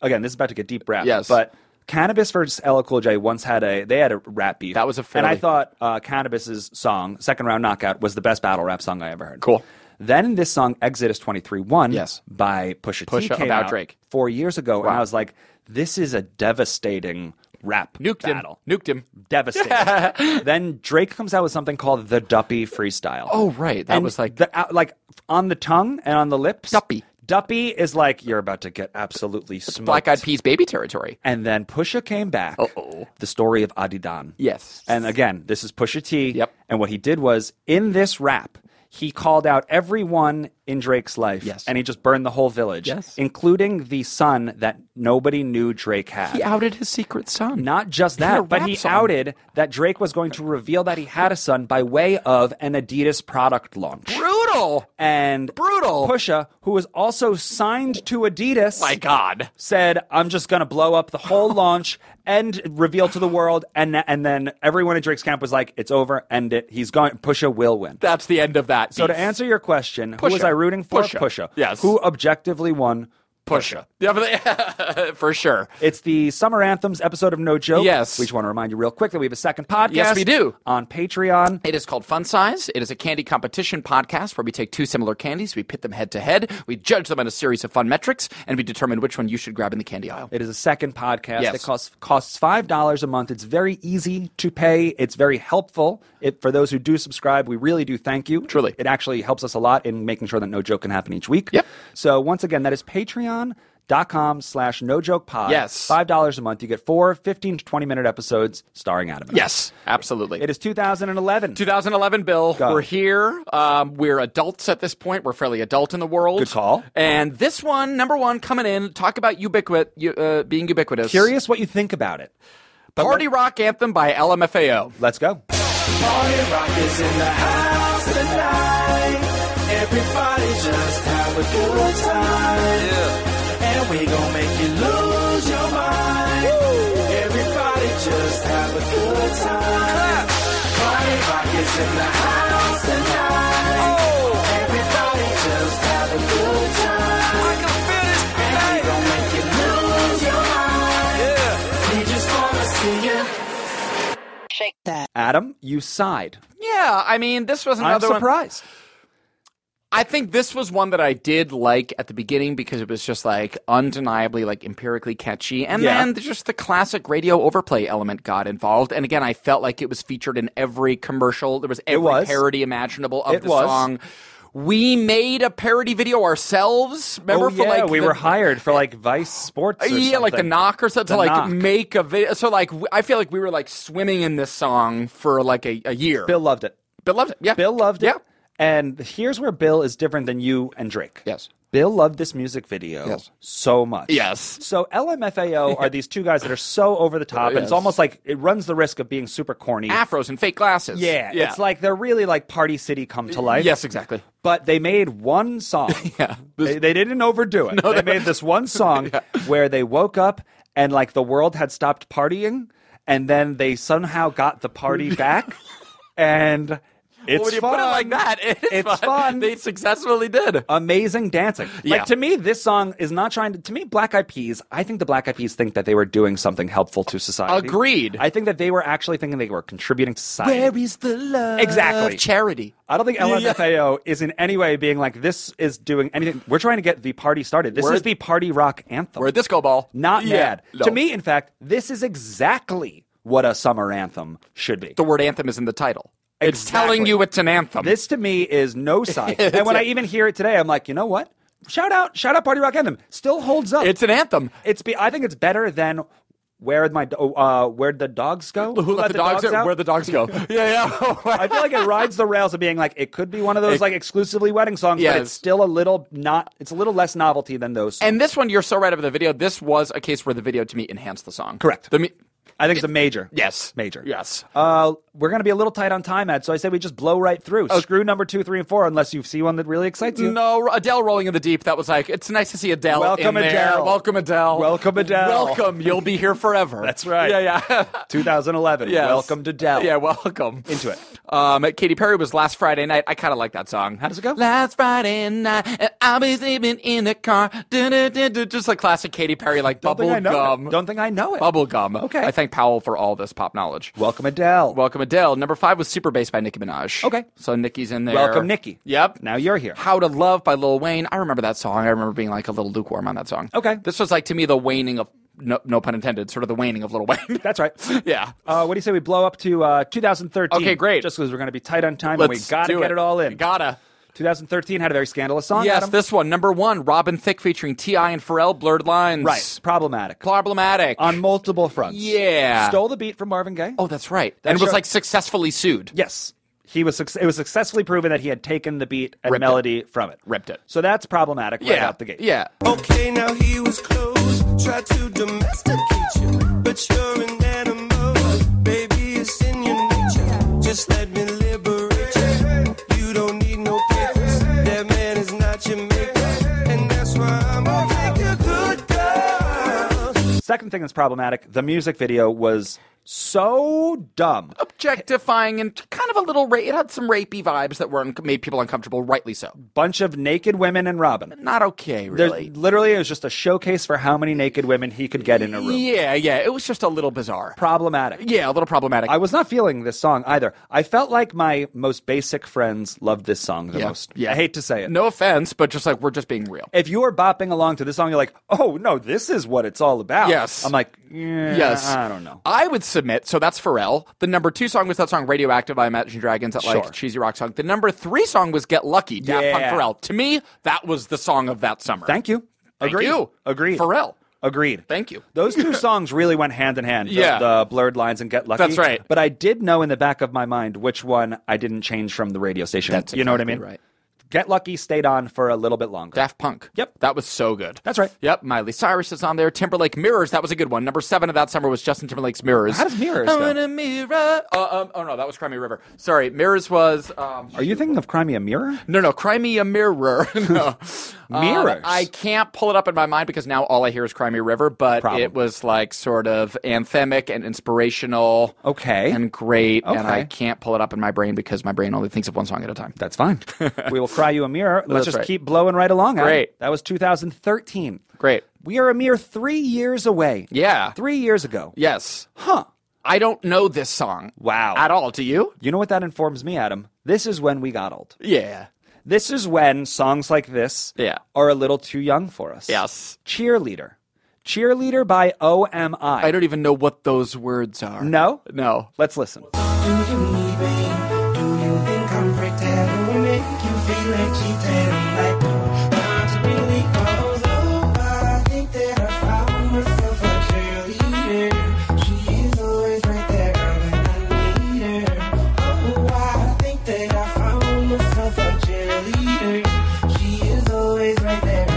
again, this is about to get deep rap,
Yes.
but Cannabis versus LL Cool J once had a they had a rap beef.
That was a
and I
fairly-
thought uh, Cannabis's song Second Round Knockout was the best battle rap song I ever heard.
Cool.
Then this song Exodus 23-1
Yes.
by Pusha, T
Pusha
came
about
out
Drake.
4 years ago and
Wow.
I was like this is a devastating rap
Nuked
battle.
him. Nuked him. <laughs>
Devastating. then Drake comes out with something called the Duppy freestyle.
Oh, right. That
And
was like-
the, out- like on the tongue and on the lips.
Duppy.
Duppy is like you're about to get absolutely smoked.
Black Eyed Peas baby territory.
And then Pusha came back.
Uh-oh.
The story of Adidan.
Yes.
And again, this is Pusha T.
Yep.
And what he did was in this rap, he called out everyone in Drake's life.
Yes.
And he just burned the whole village,
Yes.
including the son that nobody knew Drake had.
He outed his secret son.
Not just
had a
that, but
rap
he
song.
outed that Drake was going to reveal that he had a son by way of an Adidas product launch.
brutal.
And
Brutal.
Pusha, who was also signed to Adidas,
My God.
said, "I'm just gonna blow up
<laughs>
the whole launch and reveal to the world." And and then everyone in Drake's camp was like, "It's over, end it. He's going. Pusha will win."
That's the end of that.
so to
beef.
answer your question, who was
Pusha.
I rooting for?
Pusha. Yes.
Who objectively won?
Pusha. Definitely. <laughs> For sure.
It's the Summer Anthems episode of No Joke.
Yes.
We just want to remind you real quick that we have a second podcast.
Yes, we do.
On Patreon.
It is called Fun Size. It is a candy competition podcast where we take two similar candies, we pit them head to head, we judge them on a series of fun metrics, and we determine which one you should grab in the candy aisle.
It is a second podcast.
Yes.
It costs costs five dollars a month. It's very easy to pay. It's very helpful. It for those who do subscribe, we really do thank you.
Truly.
it actually helps us a lot in making sure that no joke can happen each week.
Yep.
So once again, that is Patreon. Dot com slash no joke pod.
Yes.
Five dollars a month. You get four 15 to 20 minute episodes starring Adam. and I.
Yes, absolutely.
It is 2011.
2011, Bill.
Got
we're
it.
here. Um, we're adults at this point. We're fairly adult in the world.
Good call.
And this one, number one, coming in, talk about ubiquit, u- uh, being ubiquitous.
Curious what you think about it.
Party rock anthem by LMFAO.
Let's go.
Party rock is in the house tonight. Everybody just have a good time. And we gon' make you lose your mind. Everybody just have a good time. Party rock is in the house tonight. Everybody just have a good time. I can feel this. And we gon' make you lose your mind. We just wanna see you.
Adam, you sighed.
Yeah, Yeah, I mean, this was
I'm
another one.
surprised.
I think this was one that I did like at the beginning because it was just like undeniably like empirically catchy, and
Yeah.
then just the classic radio overplay element got involved. And again, I felt like it was featured in every commercial. There was every
was.
parody imaginable of
It
the
was.
song. We made a parody video ourselves. Remember
oh,
for
yeah,
like
we
the-
were hired for like Vice Sports. or
yeah, like the
something.
knock or something
The
to like
knock.
make a video. So like w- I feel like we were like swimming in this song for like a, a year.
Bill loved it.
Bill loved it. Yeah,
Bill loved it.
Yeah.
And here's where Bill is different than you and Drake.
Yes.
Bill loved this music video
Yes.
so much.
Yes.
So
<laughs>
LMFAO are these two guys that are so over the top, and
Yes.
it's almost like it runs the risk of being super corny.
Afros and fake glasses.
yeah, It's like they're really like Party City come to life.
yes, exactly.
But they made one song.
<laughs> Yeah. This-
they, they didn't overdo it. they made
<laughs>
this one song where they woke up and like the world had stopped partying, and then they somehow got the
<laughs>
party back, and it's
Well, when you
fun.
put it like that, <laughs> it is
It's fun. Uh,
They successfully did.
amazing dancing.
Yeah.
Like to me, this song is not trying to. To me, Black Eyed Peas. I think the Black Eyed Peas think that they were doing something helpful to society.
Agreed.
I think that they were actually thinking they were contributing to society.
is the love?
Exactly.
Charity.
I don't think LMFAO is in any way being like this is doing anything. We're trying to get the party started. This
We're-
is the party rock anthem.
We're a disco ball.
not
Yeah,
mad.
no.
To me, in fact, this is exactly what a summer anthem should be.
the word anthem is in the title. It's
Exactly.
telling you it's an anthem.
This to me
<laughs>
is no side. and when I even hear it today, I'm like, you know what? Shout out, shout out, party rock anthem still holds up.
it's an anthem.
It's be. I think it's better than where'd my do- uh, where'd the dogs go?
Who let, the, dogs, out? Where the dogs
<laughs>
go? yeah, yeah.
I feel like it rides the rails of being like it could be one of those
It-
like exclusively wedding songs, but
Yes.
it's still a little not. It's a little less novelty than those. songs.
And this one, you're so right about the video. This was a case where the video to me enhanced the song.
Correct.
The me-
I think it's a major.
yes.
major.
Yes.
Uh, we're gonna be a little tight on time, Ed. So I say we just blow right through. Screw number two, three, and four, unless you see one that really excites you.
No, Adele rolling in the deep. That was like, it's nice to see Adele.
Welcome,
in there.
Adele.
Welcome, Adele.
Welcome, Adele.
Welcome. You'll be here forever.
That's right.
Yeah, yeah. <laughs>
2011.
Yes.
Welcome to Dell.
Yeah, welcome.
Into it.
Um, Katy Perry was last Friday night. I kind of like that song. How
does it go?
Last Friday night, and I was sleeping in the car. Du-du-du-du. Just like classic Katy Perry, like
Don't think
bubble
I know
gum.
It. Don't think I know it.
Bubble gum.
Okay.
I thank Powell for all this pop knowledge.
Welcome Adele.
Welcome Adele. Number five was Super Bass by Nicki Minaj.
Okay.
So Nicki's in there.
Welcome Nikki.
Yep.
Now you're here.
How to Love by Lil Wayne. I remember that song. I remember being like a little lukewarm on that song.
Okay.
This was like to me the waning of no, no pun intended, sort of the waning of Lil Wayne. <laughs>
That's right.
yeah.
Uh, what do you say we blow up to uh, 2013?
Okay, great.
Just because we're going to be tight on time and
Let's
we got to
do
get it. all in.
Gotta.
2013 had a very scandalous song.
Yes,
Adam.
this one, number one, Robin Thicke featuring T.I. and Pharrell, Blurred Lines.
right problematic
Problematic.
on multiple fronts.
Yeah.
stole the beat from Marvin Gaye.
oh, that's right. and was
sure-
like successfully sued.
yes, he was. suc- It was successfully proven that he had taken the beat and
Ripped it.
melody from it.
Ripped it.
So that's problematic right
yeah.
out the gate.
Yeah.
Okay, now he was close. Tried to domesticate you, but you're an animal. Baby, it's in your nature. Just let me liberate you. You don't need no papers. That man is not your maker. And that's why I'm gonna make a good girl.
Second thing that's problematic: the music video was so dumb.
Objectifying and kind of a little rape. It had some rapey vibes that were un- made people uncomfortable, rightly so.
Bunch of naked women and Robin.
Not okay,
There-
really.
literally, it was just a showcase for how many naked women he could get in a room.
Yeah, yeah. It was just a little bizarre.
Problematic.
yeah, a little problematic.
I was not feeling this song either. I felt like my most basic friends loved this song the
Yeah,
most.
yeah.
I hate to say it.
no offense, but just like we're just being real.
If you are bopping along to this song, you're like, oh no, this is what it's all about.
Yes.
I'm like, yeah,
Yes.
I don't know.
I would submit, so that's Pharrell. The number two song was that song Radioactive by Imagine Dragons, that
Sure.
like cheesy rock song. The number three song was Get Lucky, Daft Punk
Yeah.
Pharrell. To me, that was the song of that summer.
Thank you.
Thank
Agreed.
you.
Agreed.
Pharrell.
Agreed.
Thank you. <laughs>
Those two songs really went hand in hand. the-
Yeah.
The blurred lines and get lucky.
That's right.
But I did know in the back of my mind which one I didn't change from the radio station.
That's
you know what I
exactly
mean?
right.
Get lucky stayed on for a little bit longer.
Daft Punk.
Yep.
That was so good.
That's right.
Yep. Miley Cyrus is on there. Timberlake Mirrors. That was a good one. Number seven of that summer was Justin Timberlake's Mirrors.
How does Mirrors
I
go?
want a mirror. Oh, um, oh, no. That was Crimea River. Sorry. Mirrors was. Um,
Are you thinking of Crimea Mirror?
No, no, cry me a mirror. <laughs> no. Um,
<laughs> Mirrors.
I can't pull it up in my mind because now all I hear is Cry Me a River, but
Problem.
it was like sort of anthemic and inspirational.
Okay.
And great. And I
Okay.
can't pull it up in my brain because my brain only thinks of one song at a time.
That's fine. <laughs> we will cry you a mirror. Let's
That's
just
right.
keep blowing right along. Adam.
Great.
That was 2013.
Great.
We are a mere three years away.
Yeah.
Three years ago.
Yes.
Huh.
I don't know this song.
Wow.
At all, do you?
You know what that informs me, Adam? This is when we got old.
Yeah.
This is when songs like this
Yeah.
are a little too young for us.
Yes.
Cheerleader. Cheerleader by OMI.
I don't even know what those words are.
No?
No.
Let's listen.
Do you need me? Do you think I'm pretend? Do we make you feel like cheating? Like, oh, hard to believe. Although I think that I found myself a cheerleader. She is always right there when I need her. Oh, I think that I found myself a cheerleader. She is always right there when I need her.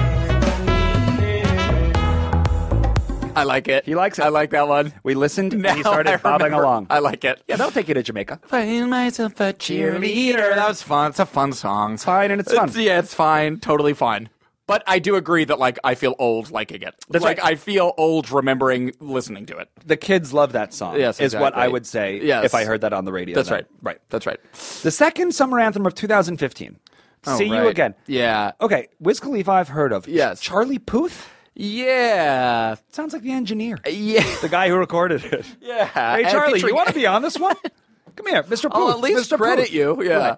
I like it.
He likes it.
I like that one.
We listened
Now
and he started
I
bobbing
remember.
along.
I like it.
yeah, that'll take you to Jamaica.
Find myself a cheerleader. That was fun. It's a fun song. It's
fine and it's fun.
yeah, it's fine. Totally fine. But I do agree that like I feel old liking it.
That's
like
right.
I feel old remembering listening to it.
The kids love that song,
Yes,
is what
exactly.
I would say
Yes.
if I heard that on the radio.
That's
then.
right. That's right.
The second summer anthem of 2015. See
Oh, right.
you again.
Yeah.
Okay, Wiz Khalifa I've heard of.
Yes.
Charlie Puth?
Yeah.
Sounds like the engineer.
Yeah.
The guy who recorded it.
<laughs> Yeah.
Hey,
And
Charlie,
featuring-
you want to be on this one? Come here, Mr. Puth.
<laughs> I'll Oh, at least
Mr.
credit
Puth.
you. Yeah.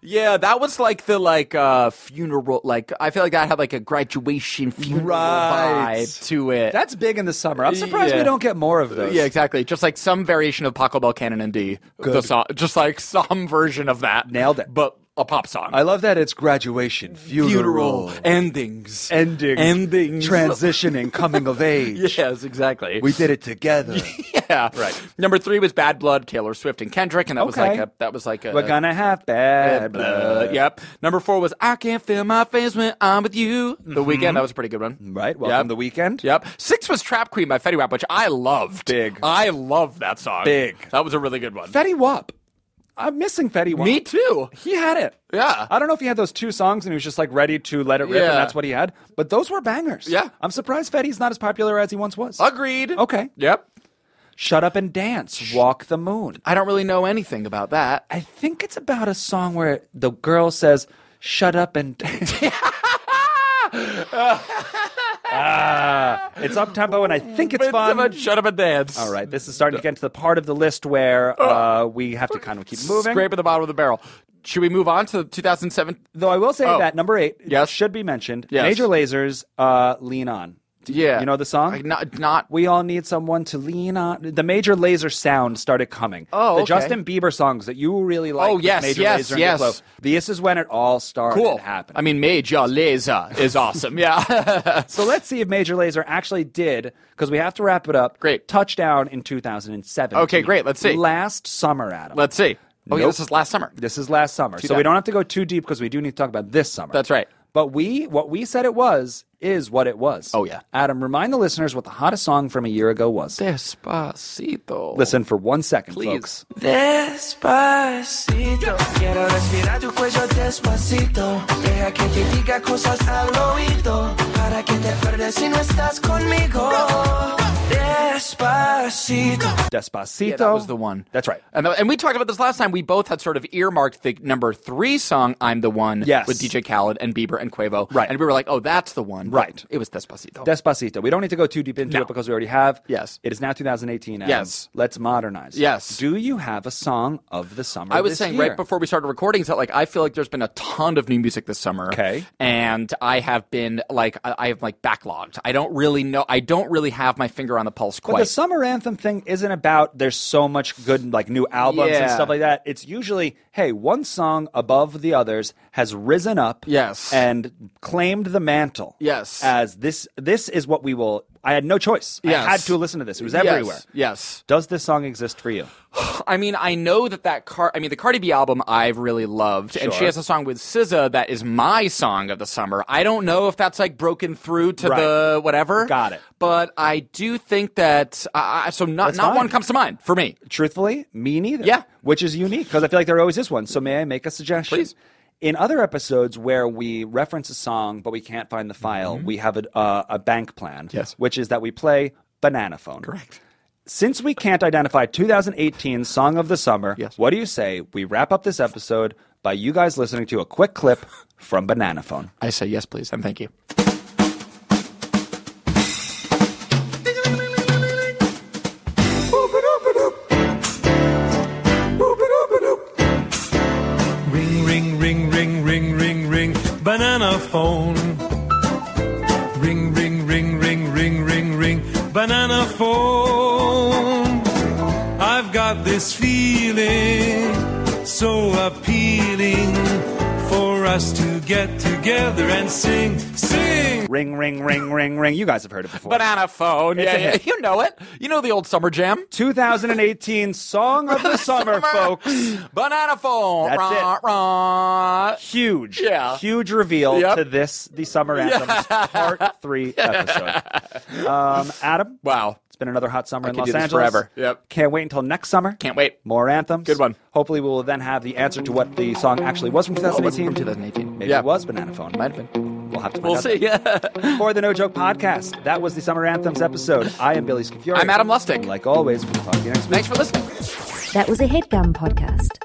Yeah, that was like the like uh funeral like I feel like that had like a graduation funeral
Right.
vibe to it.
That's big in the summer. I'm surprised
Yeah.
we don't get more of those.
yeah, exactly. Just like some variation of Paco Bell Cannon and D. The song, just like some version of that.
Nailed it.
But a pop song.
I love that it's graduation, funeral,
endings.
ending,
Endings.
transitioning, coming of age.
<laughs> Yes, exactly.
We did it together.
<laughs> yeah. Right. Number three was Bad Blood, Taylor Swift and Kendrick, and that was
Okay.
like a that was like a
We're gonna have bad blood.
Yep. Number four was I can't feel my face when I'm with you. The weekend. That was a pretty good one.
Mm-hmm. Right. Welcome
Yep.
the weekend.
Yep. Six was Trap Queen by Fetty Wap, which I loved.
Big.
I loved that song.
Big.
That was a really good one.
Fetty Wap. I'm missing Fetty Wap.
Me too.
He had it.
Yeah.
I don't know if he had those two songs and he was just like ready to let it rip,
Yeah.
and that's what he had. But those were bangers.
Yeah.
I'm surprised Fetty's not as popular as he once was.
Agreed.
Okay.
Yep.
Shut up and dance. Walk the moon.
I don't really know anything about that.
I think it's about a song where the girl says, "Shut up and
<laughs>
<laughs> dance." ah, it's up tempo, and I think it's
so
fun.
much shut up and dance.
All right, this is starting to get to the part of the list where uh, we have to kind of keep moving.
Scrape at the bottom of the barrel. Should we move on to the 2007?
Though I will say
Oh.
that number eight
Yes.
should be mentioned.
Yes.
Major Lasers, uh, "Lean On." Do you-
Yeah.
you know the song?
Like, not, not.
We all need someone to lean on. The Major Laser sound started coming.
Oh,
the
okay.
Justin Bieber songs that you really like.
Oh,
with
yes,
Major
yes,
Lazer and
yes.
Diplo. This is when it all started
Cool.
happening.
I mean, Major Laser is awesome. Yeah. <laughs>
So let's see if Major Laser actually did, because we have to wrap it up.
Great.
Touchdown in 2007.
Okay, great. Let's see.
Last summer, Adam.
Let's see. Oh, yeah,
Nope.
this is last summer.
This is last summer. So
that.
we don't have to go too deep because we do need to talk about this summer.
That's right.
But we, what we said it was, is what it was.
Oh, yeah.
Adam, remind the listeners what the hottest song from a year ago was.
Despacito.
Listen for one second,
Please.
folks.
Despacito, quiero respirar tu cuello despacito. Deja que te diga cosas al oído para que te pierdas si no estás conmigo. Despacito.
Despacito.
Yeah, that was the one.
That's right.
And, th- and we talked about this last time. We both had sort of earmarked the number three song, I'm the One,
Yes.
with DJ Khaled and Bieber and Quavo.
Right.
And we were like, oh, that's the one. But
Right.
It was Despacito.
Despacito. We don't need to go too deep into
No.
it because we already have.
Yes.
It is now 2018. Adam.
Yes.
Let's modernize.
Yes.
Do you have a song of the summer?
I was
this
saying
year?
right before we started recording is that like I feel like there's been a ton of new music this summer.
Okay.
And I have been like I, I have like backlogged. I don't really know I don't really have my finger on the pulse
But
quite.
the summer anthem thing isn't about there's so much good like new albums and
Yeah.
stuff like that. It's usually hey, one song above the others has risen up
Yes.
and claimed the mantle.
Yes.
As this this is what we will I had no choice.
Yes.
I had to listen to this. It was
Yes,
everywhere.
Yes.
Does this song exist for you?
I mean, I know that that car. I mean, the Cardi B album I've really loved, and she
Sure.
has a song with SZA that is my song of the summer. I don't know if that's like broken through to
Right.
the whatever.
Got it.
But I do think that I I- so not
That's
not
fine.
one comes to mind for me.
Truthfully, me neither.
Yeah.
Which is unique because I feel like there always is one. So may I make a suggestion?
Please.
In other episodes where we reference a song but we can't find the file, we have a, uh, a bank plan.
Yes.
Which is that we play banana phone. Correct. Since we can't identify 2018 song of the summer,
Yes.
what do you say we wrap up this episode by you guys listening to a quick clip from banana phone?
I say yes, please, and thank you.
banana phone. Ring, ring, ring, ring, ring, ring, ring, banana phone. I've got this feeling so appealing for us to get together and sing, sing.
Ring, ring, ring, ring, ring. You guys have heard it before.
Banana phone.
It's
Yeah,
a
yeah.
hit.
You know it. You know the old summer jam.
2018 Song of the <laughs> Summer, folks.
Banana phone.
That's
rah,
it.
Rah.
Huge,
Yeah.
huge reveal
Yep.
to this the summer anthems part
<laughs>
three episode. Um, Adam,
Wow.
it's been another hot summer
I
in
could
Los
do this
Angeles.
forever. Yep.
Can't wait until next summer.
Can't wait.
More anthems.
Good one.
Hopefully, we will then have the answer to what the song actually was from
Oh,
2018.
it's from 2018.
Maybe
yeah.
it was Banana Phone.
Might have been.
We'll have to.
We'll see.
find
<laughs>
out. For the No Joke Podcast, that was the summer anthems episode. I am Billy Scafiore.
I'm Adam Lustig.
Like always, we'll talk to you next week.
Thanks for listening.
That was a headgum podcast.